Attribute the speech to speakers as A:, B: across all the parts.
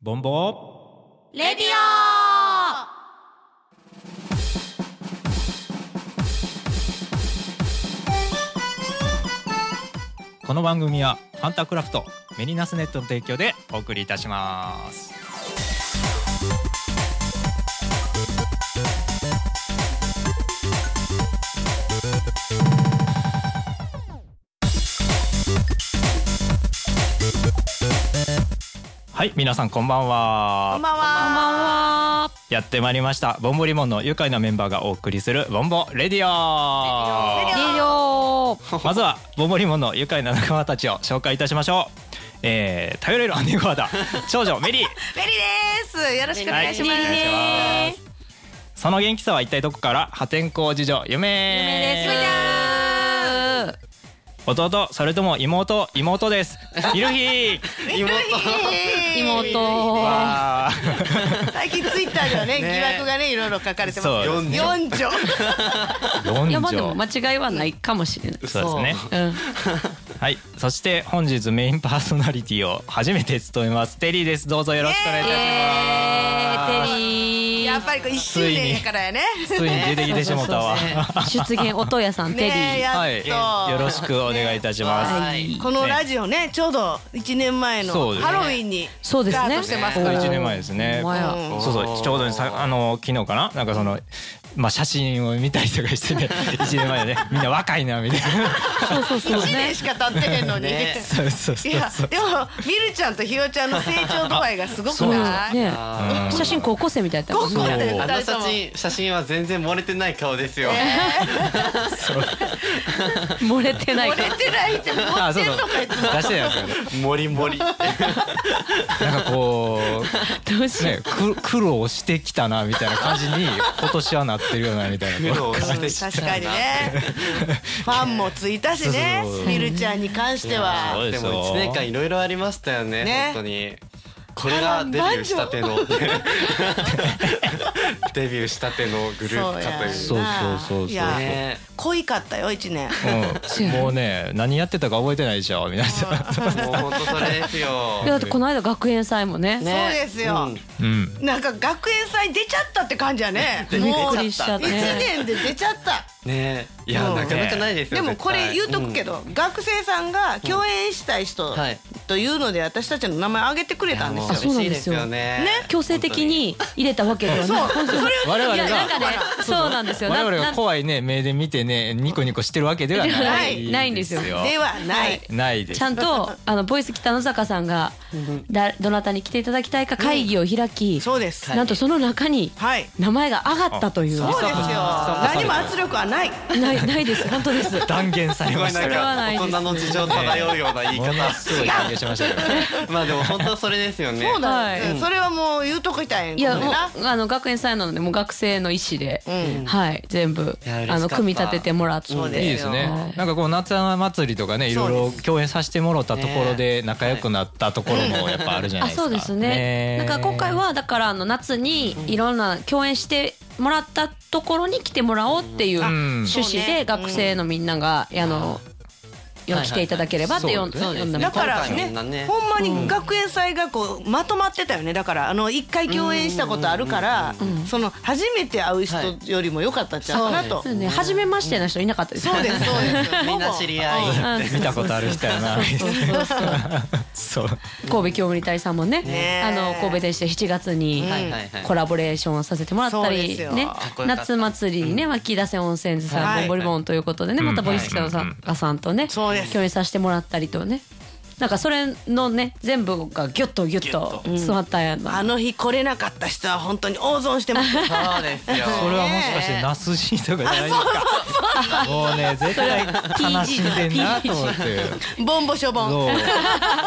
A: ボンボ
B: レディオ
A: この番組はファンタクラフトメリナスネットの提供でお送りいたしますはい皆さんこんばんは
B: こんばんはこんばんは
A: やってまいりましたボンボリモンの愉快なメンバーがお送りするボンボレディオ
B: レディオ
C: リオ
A: まずはボンボリモンの愉快な仲間たちを紹介いたしましょう、えー、頼れる姉御肌長女メリー
B: ベリーですよろしくお願いします、
C: はいお願いし
A: ますその元気さは一体どこから破天荒事情夢
B: 夢です
A: 弟それとも妹妹ですいる日
D: 妹
C: 妹
A: わー
B: 最近ツイッターで はね
D: ね
B: 疑惑がねいろいろ書かれてますけ
A: そ
B: ど
A: う
B: 四女
C: い
A: 四
C: やまあでも
A: 女
C: 間違いはないかもしれない。
A: そうですね
C: うん、
A: はいそして本日メインパーソナリティを初めて務めますテリーですどうぞよろしくお願いいたします、
C: えー、テリー。
B: やっぱりこう一周年やからやね
A: ついに出てきてしもたわ。
C: 出現音屋さん、テリ
B: ね
C: ー。
B: えやっと、
A: はい、よろしくお願いいたします。
C: はい
B: このラジオねちょうど一年前の
A: そうですね
B: ハロウィンに
C: そうですね。
B: スタートしてます
A: ちょ
B: か
A: う
B: ら
A: ど一年前ですね。
C: ほんまや
A: うんそうそう、ちょうどねさ、あの、昨日かな、なんかその。まあ、写真を見たりとかしてね、一年前でね、みんな若いなみたいな。
C: そうそうそう
B: 一
C: ね
B: 年。しか経ってへんのに、
D: ね
A: そうそう
B: い
A: そう
B: や
A: そう。
B: でもみるちゃんとひよちゃんの成長度合いがすごく
C: うん
B: ない、
C: ね
A: うん
C: 写真高校生みたいだったもん
B: 高校
C: ね。
B: 生
D: あの
B: 二人
D: 写
B: とも
D: 真写真は全然漏れてない顔ですよ。
C: 漏れてない
B: 漏
C: か
B: れ
C: ら。
B: てないって持
A: あ、
B: っ
A: そ
B: て
A: うそう。
B: んのかい
A: 出してないですよね。
D: モリ モリ。
A: なんかこ
C: どうし
A: う、
C: よ
A: ね、く苦労してきたなみたいな感じに、今年はなってるよなみたいな。
D: を
B: うん確かにねファンもついたしね
A: そうそうそう
B: みるちゃんに関しては
A: そうで
D: です
A: よ
D: も一年間いろいろありましたよね。
B: ね
D: 本当に。これがデビューしたての デビューしたてのグループかという。
A: そうそうそうそう
B: いや
D: ね
B: 濃いかったよ一年
A: うん、もうね、何やってたか覚えてないでしょ皆さん。
D: もう本当それですよ。
C: う。いやだってこの間学園祭もね。
B: ねそうですよ
D: ん
A: うん。
B: なんか学園祭出ちゃったって感じやね
D: 出
C: びっ
B: もう
C: くりしちゃっ
B: 一
C: たね。
B: 年で出ちゃった
D: ねいや
B: うん
D: なかなかないですよ。
B: でも
D: 絶
B: こ
D: 対
B: れ言うとくけ。ど学生さんが共演したい人
D: はい
B: というので私たちの名前挙げてくれたんです
C: あ
B: よ
C: そうなんですよ
D: 嬉しいね
C: 強制的に入れたわけでは
B: そ
C: ない。
B: うそれを
A: 我々
C: いやなんかね
A: が。、
C: そうなんですよ。
A: 我
C: な
A: 々
C: な
A: が怖いね目で見てねニコニコしてるわけではな
B: ない
C: いないんですよ
B: ではない
A: ないです
C: ちゃんとあのボイス北野坂さんがだどなたに来ていただきたいか会議を開き、
B: そうです
C: なんとその中に
B: はい
C: 名前が上がったという
B: そうですよ
D: あ
B: 何も圧力はない
C: ないないです本当です。
A: 断言され
D: すご
A: ま
D: い
A: した
D: な
A: ね
D: ん
C: はない
D: か
C: ですね
D: 大人の事情漂うような言い
A: も
D: 方
A: の。すごい断言しましたけどね
D: まあでも本当はそれですよね。
B: そうなん
C: はい
B: ですそれはもう言うときたいん
C: い
B: や
C: や
B: な
C: もうあの学園祭なのでもう学生の意思で、
B: うん
C: はい全部
D: いや嬉しかった
C: あの組み立ててもらって。
B: そう
A: いい
B: で
A: ですねなんかこう夏祭りとかねいろいろ共演させてもらったところで仲良くなったところもやっぱあるじゃな
C: あ
A: いですか
C: そうですね
A: え
C: なんか今回はだからあの夏にいろんな共演してもらったところに来てもらおうっていう趣旨
B: そうね
C: で学生のみんながあの、よ
D: はい
C: 来ていただければってよん
D: そうです
C: 呼んだ
B: だから
D: 今回み
B: ね
D: んなね
B: ほんまに学園祭がこうまとまってたよねだからあの一回共演したことあるからその初めて会う人よりも良かったんちゃうかなと
C: そうね、初めましてな人いなかったです
B: そうですそうです
D: みんな知り合い。
C: うん
A: 見たことある人やな
C: そうそうそう
A: そう
C: 神戸教務理隊さんもね
B: ね
C: あの神戸電子で7月に
D: はいはいはい
C: コラボレーションをさせてもらった
B: そうで
C: り、
B: すよ
C: ね
B: かっ
D: こよかった
C: 夏祭りにね湧き出せ温泉寺さん、
B: はい
C: ボンボリボンということでねまたボイス北野さんさんとね、
B: そうです
C: 共演させてもらったりとねなんかそれのね全部がギュッとギュッと詰まったやん
B: あの日来れなかった人は本当に大損して ます
D: そうですよ。
A: これはもしかしてナスシーとかじゃないですかもうね絶対悲しんでんなと思って。
B: ボンボショボン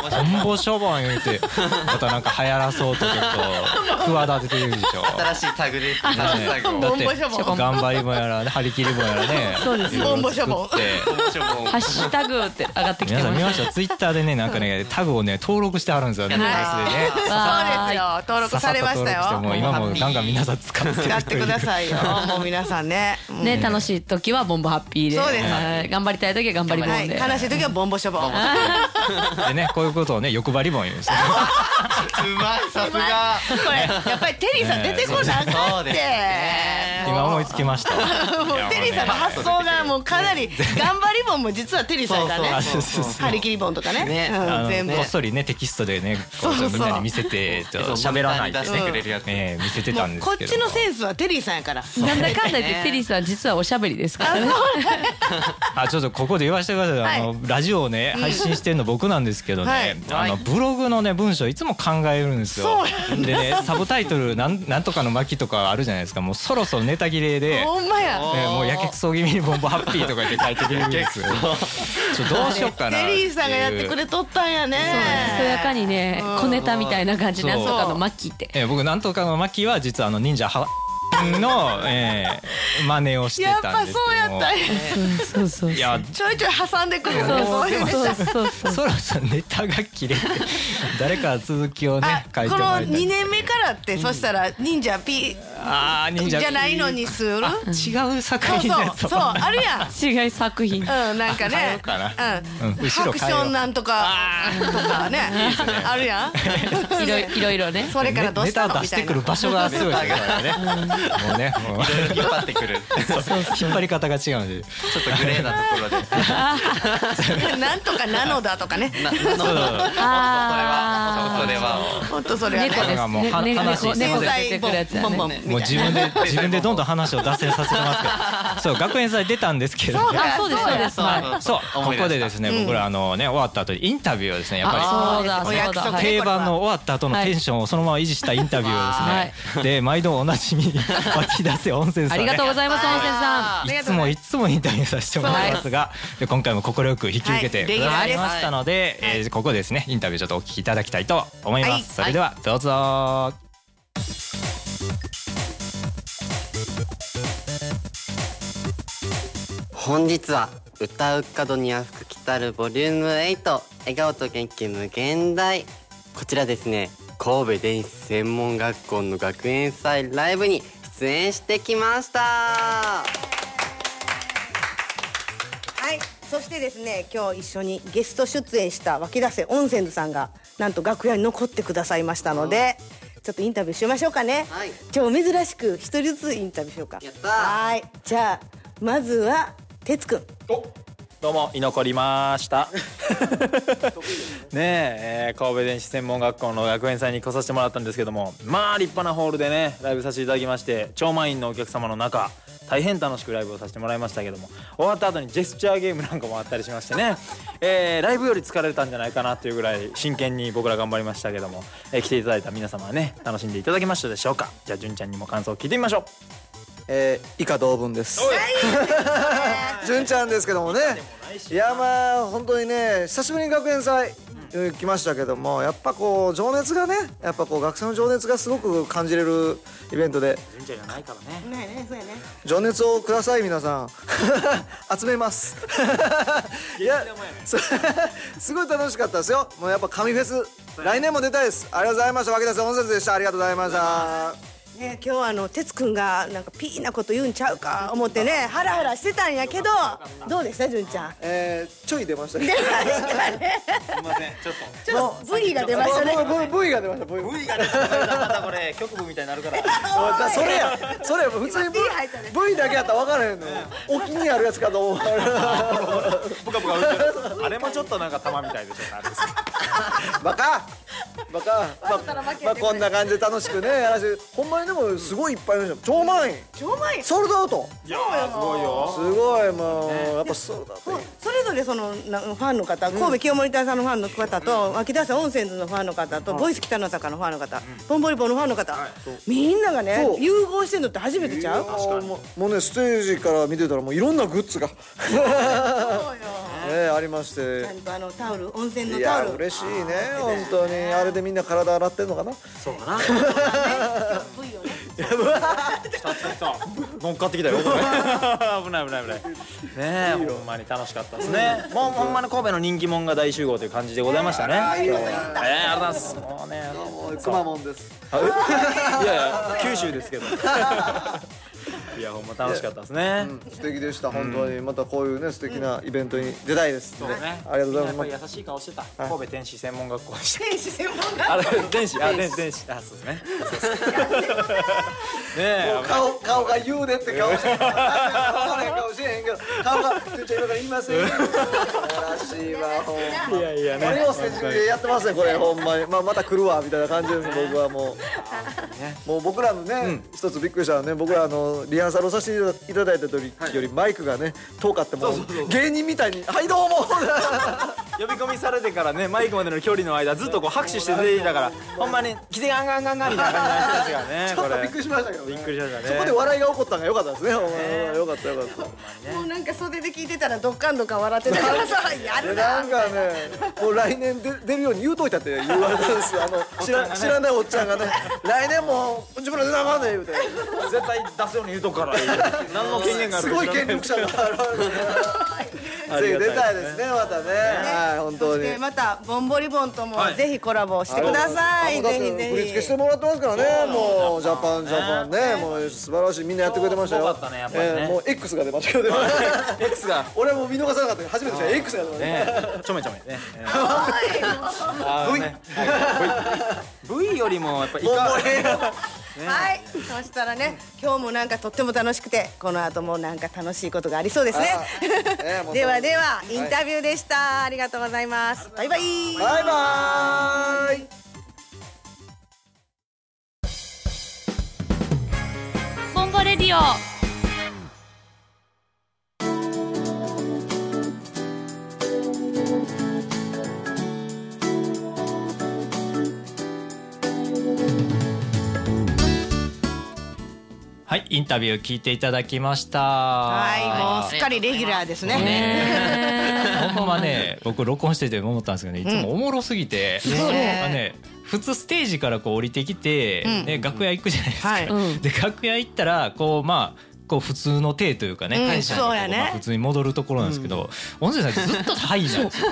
A: そう。トンボショボン言うて、またなんか流行らそうとちょっと企ててるでしょ。
D: 新しいタグです。新しい タグを。
B: ボ
A: だ
B: ンボショボン
A: って頑張りもやら、張り切りもやらね。
C: そうです
A: いろいろ作って
B: ボンボ
C: 「
B: シ
C: ハッシュタグ」って上がってきて
A: 皆さん見
C: ま
A: ますした。ツイッターでね、なんかね、タグをね、登録してあるんですよね。
B: はい
A: 昔でね
B: そうですよ登録されました
A: さっさと登録してもう
B: よ
A: 今もガンガン皆さん使ってる
B: 使ってくださいよもう皆さんねうん
C: ね楽しい時は「ボボンボハッピーで
B: そうです
C: はい頑張りたい時は頑張りボ
B: はい
C: ンで
B: 悲しい時はボンボショボン
A: でねこういうことをね欲張りボン言うんですよ
D: うまいさす が
B: これやっぱりテリーさん出てこなあか
D: そ
B: んっ
D: う
B: て
D: ですね
A: 今思いつきました
B: もうテリーさんの発想 がもうかなり頑張りボンも実はテリーさんがね
A: そうそうそう
B: 張り切りボンとかね
D: ね
B: うん
A: あの
B: 全部
A: こっそりねテキストでねこうちょっとみんなに見せてちょっと喋らないで
D: そうそうそう出してくれるやつ
A: ねええ見せて
B: も
A: たん
B: う
A: で
B: こ
A: す
B: っ
A: けど
B: ちのセンスはテリーさんやから
C: なんだかんだ言ってテリーさん実はおしゃべりですからね
A: あちょっとここで言わせてください、あのラジオをね配信してるの僕なんですけどね、
D: はい
A: あのブログのね文章いつも考えるんですよでねサブタイトルなん「なんとかの巻」とかあるじゃないですかもうそろそろネタ切れ で。
B: ほんまや
D: お
A: ね、もうやけくそ気味にボンボハッピーとか言って書いてくれるんですよ。ちょっとどうしよっかな
B: テ
A: てい
B: リ
A: う
B: ーさんがやってくれとったんやね
C: そやかにね小ネタみたいな感じで
A: そう
C: なんとかのマッキーって
A: えー僕なんとかの巻は実はあの忍者はの、えー、真似をして
B: やった
A: ん
B: ぱ
A: ですけども
B: そうやったんや
C: そうそうそう
A: いや
B: ちょいちょい挟んでくるんだそういう
C: そうそうそう
A: そろそろネタが切れて誰か続きを
B: あ
A: ね書いて
B: こ
A: も
B: の
A: らいた
B: 2
A: い
B: 年目からってそしたら忍者 P
A: あー忍
B: じ
A: 者
B: ゃないのにする
A: あ違う作
B: そう
A: 品の
B: そ
A: や
B: う
A: つを
B: そうあるやん
C: 違い作 品
B: うん、なんか
A: 変えよ
B: ね
A: うかな。
B: う、
A: うんん後
B: ハ
A: ろ
B: クシ
A: 変えよう
B: ョンなんとか、とかね、あるやん。
C: いろいろいろいろね
B: それからどう
A: ネ
B: した
A: タ
B: の
A: を出
B: み
A: したて
B: い
A: く
B: な
A: る。場所がすごいですからね。もうね、もう
D: 引っ張ってくる
A: 引っ張り方が違うんで。
D: ちょっとグレーなとこ ろで
B: なんとかなのだとかね。
D: ななの
C: あー
D: それは
B: ほんとそれはね
C: 猫。で
A: あ
C: す
A: もうは
C: ね
A: 話
C: 猫
A: 猫
C: 猫が出てくるやつや
B: ボンボン
C: ね
B: ボン
A: もう自分で自分でどんどん話を脱線させてますから。そう学園祭出たんですけれども。
C: あそうですそうです
D: そう
C: は
A: そうここでですすね、僕らあのね終わった後にインタビューをですねやっぱり
C: あそうだ
B: お約
C: そう
B: 束
C: だ
A: 定番の終わった後のテンションをそのまま維持したインタビューをですね、で毎度おなじみ 湧き出せ温泉
C: い
A: さ
C: あ
A: ん
C: り
A: ね
C: がとうございます温泉さ
B: あり
A: い
B: が
A: つ
B: とうご
A: も
B: ざい
A: いつもインタビューさせてもらいますが、で今回も快く引き受けて
B: はい
A: く
B: レギュ
A: だ
B: ラー
A: さ
B: で
A: い
B: す
A: ましたので、えーここですねインタビューちょっとお聞きいただきたいと思います、
B: はい
A: それではどうぞ
D: 本日は歌う角にあふくきたるボリューム8笑顔と元気無限大こちらですね神戸電子専門学校の学園祭ライブに出演してきました
E: はい、そしてですね、今日一緒にゲスト出演した湧き出せ温泉さんがなんと楽屋に残ってくださいましたので、ちょっとインタビューしましょうかね。
D: はい
E: 今日珍しく一人ずつインタビューしようか。
D: やったー
E: はい、じゃあまずは哲くん。
F: どうも居残りました。ねええー神戸電子専門学校の学園祭に来させてもらったんですけども、まあ立派なホールでねライブさせていただきまして、超満員のお客様の中。大変楽しくライブをさせてもらいましたけども終わった後にジェスチャーゲームなんかもあったりしましてね、えーライブより疲れたんじゃないかなというぐらい真剣に僕ら頑張りましたけども、えー来ていただいた皆様はね楽しんでいただけましたでしょうかじゃあ純ちゃんにも感想を聞いてみましょう
G: えー、以下同文です。純ちゃんですけどもね。いやまあ本当にね久しぶりに学園祭。えー来ましたけどもやっぱこう情熱がねやっぱこう学生の情熱がすごく感じれるイベントで
F: 純ちゃんじゃないからね
E: ねね、そうやね。
G: 情熱をください皆さん 集めます いや そすごい楽しかったですよもうやっぱ神フェス来年も出たいですありがとうございました脇田さん温泉でしたありがとうございました
E: ね、今日はあの哲くんがなんかピーなこと言うんちゃうか思ってねハラハラしてたんやけどどうでした純ちゃん。
G: えー、ちょい出ましたけ
E: 出
G: ど
E: ましたね。すみません、ちょっと。ちょっとブリが出ましたね。
G: ね V が出ました
F: が出てこ
G: V
F: ないとまたこれ局部みたいになるから
G: あだそれやそれや普通に
E: 今 P
G: V,
E: 入ったね
G: V だけやったら分からへんのよお気にあるやつかと思う
F: ブカブカ浮いてるあれもちょっとなんか玉みたいでしょあれです
G: バカバカまあ、まあ、こんな感じで楽しくねやらせてほんまにでもすごいいっぱいいました超満員
E: 超うまい。
G: ソールドアウト
F: いやーすごいよ
G: すごいもう、やっぱソールドアウトいい
E: それぞれそのなファンの方、神戸清盛隊さんのファンの方と、秋田さん温泉のファンの方と、ボイス北の坂のファンの方、ボンボリボのファンの方、みんながね
G: そう
E: 融合してんのって初めてちゃう？
G: もうもうねステージから見てたらもういろんなグッズがね ありまして
E: ちゃんとあのタオル、温泉の
G: い
E: タ
G: や
E: オル。
G: 嬉しいね本当にあれでみんな体洗ってんのかな
F: 乗っかってき たよ危ない危ない危ないねえほんまに楽しかったですねもうほんまに神戸の人気者が大集合という感じでございましたねええありがとうございますもうね
G: くまモンです
F: あえいやいや九州ですけど いやほんま楽しかったですね
G: うん素敵でした本当にまたこういうね素敵なイベントに出たいです
F: そうね
G: ありがとうござい
F: みんな
G: ます
F: やっぱり優しい顔してた
G: い
F: 神戸天使専門学校でした
E: 天使専門学校
F: あれ天使あ天使天使あそうですねねえ
G: もう顔顔が言うでって顔して分からへん顔してへんけど顔が「ちゅうちゃん今から言いませんよ」やらしいわほんま
F: いやいやね
G: これをステージでやってますねこれほんまに、まあ、また来るわみたいな感じです僕はもうもう僕らのね、一つびっくりしたのはね僕らあのリハーサルをさせていただいた時よりマイクがね遠かってもう芸人みたいに「はいどうも」
F: 呼び込みされてからねマイクまでの距離の間ずっとこう拍手して出ていたからほんまに来てガンガンガンガンみたいな感じの人たち
G: ちょっと
F: が
G: び
F: ね
G: っ
F: こ
G: く
F: れ
G: りしましたけどね
F: びっくりしましたね
G: そこで笑いが起こったのが良かったですねほんまに良かった良かった
E: もうなんか袖で聞いてたらどっかんどっかん笑ってたからさや
G: で
E: る
G: な
E: なん
G: かね、もう来年で出るように言うといた って言われたんですよ。あの知ら知らないおっちゃんがね、来年も自分ら出なあかんね言うて、
F: 絶対出すように言うとくから何の権限がある
G: す
F: か
G: ご
F: 知
G: い
F: ら
G: 権力者が現 れてね、ぜひ出たいですね、またね。はい、本当に。
E: でまたボンボリボンとも
F: はい
E: ぜひコラボしてください、ぜひ
G: あもうだって振り
E: ぜ
G: 付けして
E: ひ
G: もらってますからね、もうジャパンジャパンね、もう素晴らしいみんなやってくれてました
F: すご
G: よ
F: かったねや。っぱりね
G: えーもう X が出ましたけどね、
F: X が
G: 俺はもう見逃さなかったけど初めて知った X が出ました。
F: ねちょめちょ めねあーねはい V V よりもやっぱイ
G: もう
F: カ
G: ええわ
E: はいそしたらね今日もなんかとっても楽しくてこの後もなんか楽しいことがありそうですね
G: あーええも う
E: ではではインタビューでした、ありがとうございますバイバイ
G: バイバーイ。
C: ボンゴレディオ
A: はいインタビュー聞いていただきました
B: はい、もうすっかりレギュラーですね。
A: ほんまね僕録音してて思ったんですけどねいつもおもろすぎて、なんかね普通ステージからこう降りてきて、
B: うん
A: ね、楽屋行くじゃないですか、
B: はい
A: で楽屋行ったらこうまあこう普通の体というかね、
B: うん
A: 歯医者のとこ
B: そうやね
A: まあ普通に戻るところなんですけど、音声さんずっとハイなんですよ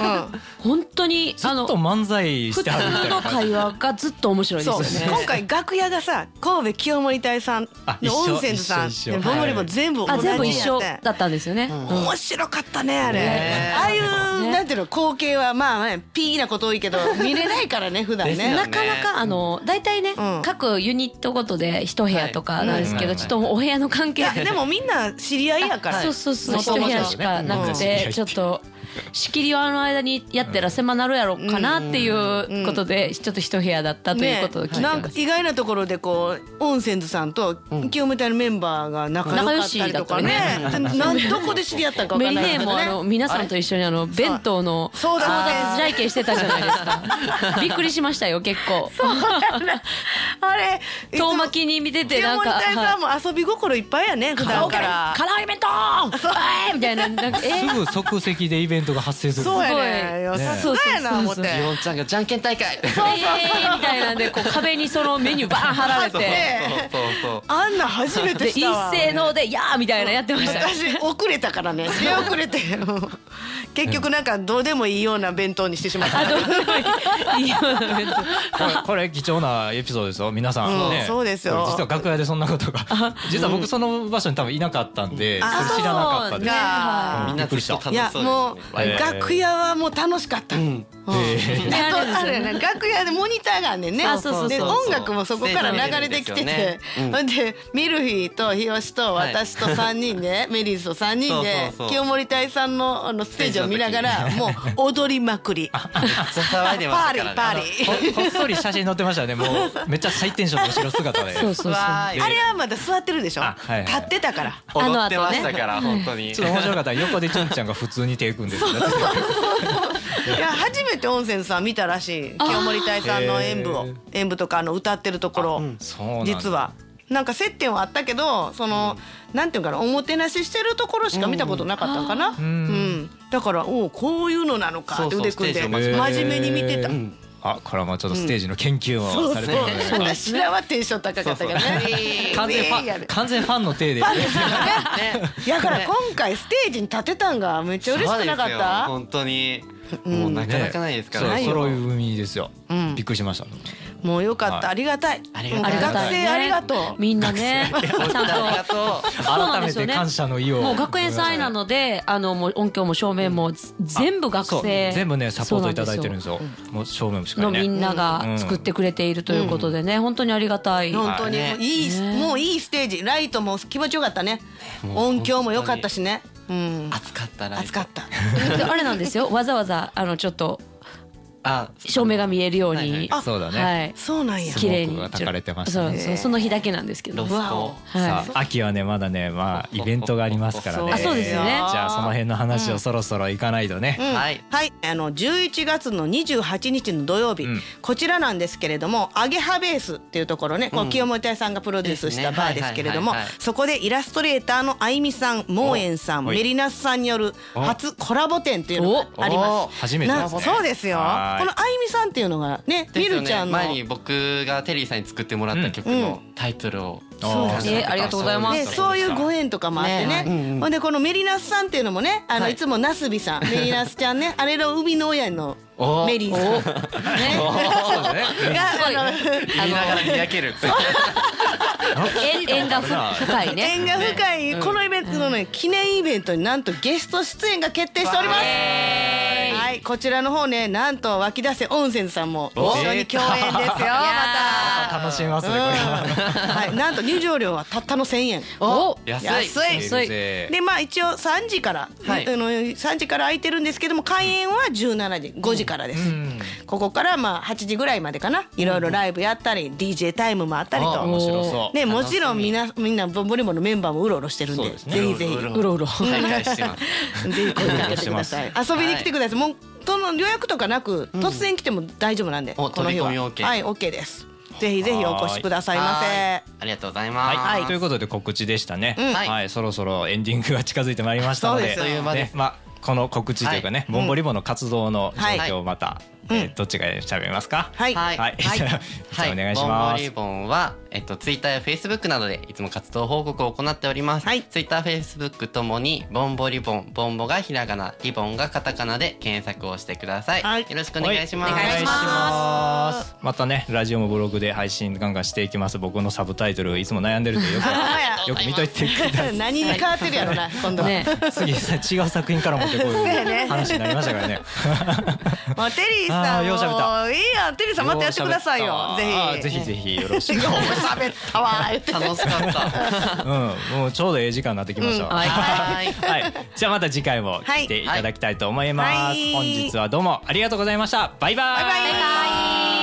C: 本当に
A: ずっ
C: あの
A: と漫才
C: 普
A: して
C: 通
A: はるみたいな
C: の
A: 感じ
C: 会話がずっと面白いで
B: そう、
C: すよね
B: 今回楽屋がさ、神戸清盛隊さん
A: あ、一
B: の
A: 緒
B: 温泉寺さん、
A: 一緒
B: で
A: 一緒
B: ボンボリボ
A: はい
B: ン全部同
C: あ
B: じや
C: 全
B: っ
C: 部一緒
B: て。
C: だったんですよね、
B: 面白かったねあれ、
A: ね
B: ああいう、
C: ね
B: なんていうの光景はまあねピーなこと多 いけど見れないからね普段
A: ですよ
B: ね
A: ね
C: なかなかあの大体ね、
B: うん
C: 各ユニットごとで一部屋とかなんですけど、
A: はい
C: ちょっともうお部屋の関
B: い
C: 係
B: やでもみんな知り合いやから、
C: そうそうそう一部
B: 元々はね
C: 屋しかなくて、
A: うん
C: ちょっと仕切りはあの間にやってら狭なるやろかなっていうことで、ちょっと一部屋だったということを聞いて
B: な
C: ま
B: んか
C: す、
B: 意外なところでこう温泉図さんと清盛隊のメンバーが仲良かったりとかね
C: 仲
B: なんどこで知り合ったんか分
C: メ
B: かん
C: リ
B: ない
C: ネーもあの皆さんと一緒にあの弁当の
B: そうだそうだ
C: あージャイケンしてたじゃないですかびっくりしましたよ結構
B: あれいつも
C: 遠巻きに見てて
B: 清
C: なん
B: 盛
C: か
B: 隊さんも遊び心いっぱいやね普段から
C: カラオケ弁当そうえーみたいななんかえー
A: すぐ即席でイベントが発生する
B: そうや
C: すご
B: ね
C: い
B: よ
A: ね
B: さすがやな思っ
C: そ
B: て
C: う
D: ンちゃんがじゃんけん大会
C: えーみたいなんでこう壁にそのメニューバーン貼られて
B: ね
D: そうそう
B: あんな初め
C: で
B: て
C: 一
B: したわ
C: 斉ので「やー」みたいなやってましたよ
B: 私遅れたからね 出遅れて結局なんかどうでもいいような弁当にしてしまった
C: どうでもいいいいような弁
A: これこれ貴重なエピソードですよ皆さん、
B: うん
A: ね
B: そうですよ
A: これ実は楽屋でそんなことが 実は僕その場所に多分いなかったんで、
B: あ
A: それ知らなかったです、
B: ね
A: うん
D: みん
A: び
D: な
A: っく
D: ず
A: り
D: っ
A: し
D: と
A: た
D: 楽
B: い
D: し
B: や
D: そう
B: もう
D: です
A: い
D: ね
A: や
B: 楽屋はもう楽しかった、うん
A: え
B: あとあれやね楽屋でモニターがあんねんね
C: あそうそうそう
B: で音楽もそこから流れてきて
D: ステージ
B: てほ、んでミルフィーと日吉と私と3人で、メリーズと3人で
D: そうそうそう
B: 清盛隊さんのあのステージを見ながらもう踊りまくりパ
D: そう騒いでま
B: ー
D: す
B: リー
D: からね
B: パーリー。
A: ほこっそり写真載ってましたねもうめっちゃ最テンションの後ろ姿で
C: そうそうそう
B: わーいあれはまだ座ってるでしょ、
A: あはいはい
B: 立ってたから
C: あの
D: 踊
C: 後ね
D: ってましたから本当に
A: ちょっと面白かったら横でちゅんちゃんが普通に手組んでる
B: いや初めて温泉さん見たらしい清盛隊さんの演舞を
A: へー
B: 演舞とかあの歌ってるところ、
A: そうなんだ
B: 実はなんか接点はあったけどその、なんていうんかなおもてなししてるところしか見たことなかったんかな、うんだからおうこういうのなのかって
D: そうそう
B: 腕組んで
D: ステ
B: 真
D: ージ
A: を真面目に
B: 面目に見てた、
A: あこれはまあちょっとステージの研究をされてるので、
B: 私らはテンション高かったけどね
A: 完全フ
B: ウィーや
A: ァン
B: る
A: 完全ファンの手で
B: だから今回ステージに立てたんがめっちゃ嬉しくなかっ
D: そうですよ
B: た
D: 本当にもうなかなかないですから
A: そう
D: ね
A: 揃い踏みですよ、びっくりしました
B: もうよかっ
A: はい
B: た、ありがたい。
D: ありが
B: も
D: た
B: う
D: い
B: 学生ありがとう。
C: みんなねちゃんとそうなん
A: 改
C: で
A: め
C: すよ
A: て
C: ね
A: 感謝の意を
C: もう学園祭なのであのもう音響も照明もぜ全部学
A: そう
C: 生
A: 全部ねサポートいただいてるんですすよもう正面しか
C: の
A: り
C: みん
A: ね
C: なが作ってくれているということでね本当にありがたい
B: 本当に
D: はい
B: もういい、もういいステージライトも気持ちよかったね音響も良かったしねうん
D: 暑かったら
B: 暑かった
C: であれなんですよわざわざあのちょっと
D: あ
C: 照明が見えるよう
D: はい
C: に
D: は
A: そうだね
C: はい
B: そうなんや
A: そう
C: 綺麗に
A: スモークが焚かれてましたね
C: そうそうその日だけなんですけど
D: ロス
C: は
D: ト
A: さ
C: い
A: あ秋はねまだねまあイベントがありますからね
C: あそうですよね
A: じゃあその辺の話をそろそろ行かないとね
D: はい
B: はいあの11月の28日の土曜日、
A: うん
B: こちらなんですけれどもアゲハベースっていうところね、こう清盛隊さんがプロデュースした
D: ですね
B: バーですけれども
D: はいはいはいはい
B: そこでイラストレーターのあいみさんもうえんさん
A: おはい
B: メリナスさんによる初コラボ展っていうのがあり
D: お
B: ま
D: お
B: す。
A: 初めて
B: な
A: ですね
B: そうですよこの
A: は
B: あ
A: ーい
B: いみさんっていうのがね
D: で
B: み
D: すよ
B: る
D: ね
B: ちゃんの
D: 前に僕がテリーさんに作ってもらった曲のタイトルを
A: そうですね
C: えありがとうございます
B: ね、そういうご縁とかもあってね
D: ねうんうん
B: ほんでこのメリナスさんっていうのもねあの、、
D: はいい
B: つもナスビさんメリナスちゃんねあれの生みの親の
D: お
B: メリーさん
C: ね
A: そうだね
B: があの
D: 言いながらにやける
C: 縁縁が深いね
B: 縁が深いこのイベントのね記念イベントになんとゲスト出演が決定しておりますはいこちらの方ねなんと湧き出せ温泉さんも一緒に共演ですよまた
A: 楽しみますねこれは
B: はいなんと入場料はたったの1000円
C: お
D: 安い
C: 安い
A: で
B: でまあ一応3時から、
D: はい
B: あの3時から空いてるんですけども開演は17時5時からです、ここからまあ8時ぐらいまでかないろいろライブやったり DJ タイムもあったり
A: あ面
B: と。
A: 白そう
B: ね、もちろんみんなみんなボンボリボのメンバーもうろうろしてるんで
A: そうですね
B: ぜひぜひ
D: うろうろ
C: うろうろ
D: 再開してま す
B: ぜひ声かけてください。遊びに来てください。もうその予約とかなく、突然来ても大丈夫なんで、
D: お
B: この日は、
D: 飛び込み OK
B: はい、オッケーです。ぜひぜひお越しくださいま
D: は
B: せ。
D: いありがとうございます
A: はい、ということで告知でしたね、
D: ん
A: はい、そろそろエンディングが近づいてまいりましたので
B: そうですよ
A: ねまあ、この告知というかね、ボンボリボンの活動の状況をまた、えーどっちが喋りますか、
B: はい、
D: はい
A: はい、じゃあお願いし
D: ボン
A: ま
D: ボリ
A: す。
D: ボンは、えっと、ツイッターやフェイスブックなどでいつも活動報告を行っております。
B: はい
D: ツイッター、フェイスブックともに、ボンボリボン、ボンボがひらがな、リボンがカタカナで検索をしてください。
B: はい
D: よろしくお願いします。
A: はお願いします。またね、ラジオもブログで配信ガンガンしていきます。僕のサブタイトルいつも悩んでるんでよ
B: あや
A: くよく見といてください。
B: 何に変わってるやろな、今度は。
C: ね
A: 次さ 違う作品から持ってこういう話になりましたからね。
B: もうテリー
A: あ
B: さ
A: ー
B: ん
A: よう喋った
B: もういいやん、テリーさんまたやってくださいよ。
A: あー
B: ぜ
A: ぜ
B: ひ。
A: ひぜひよろしく。
B: お 前喋ったわー言って。
D: 楽しか った。
A: うん、もうちょうどええ時間になってきました。
C: はい
D: はい。
A: はい、じゃあまた次回も来ていただきたいと思います。
B: はい
A: 本日はどうもありがとうございました。バイバイ。
B: バイバイ。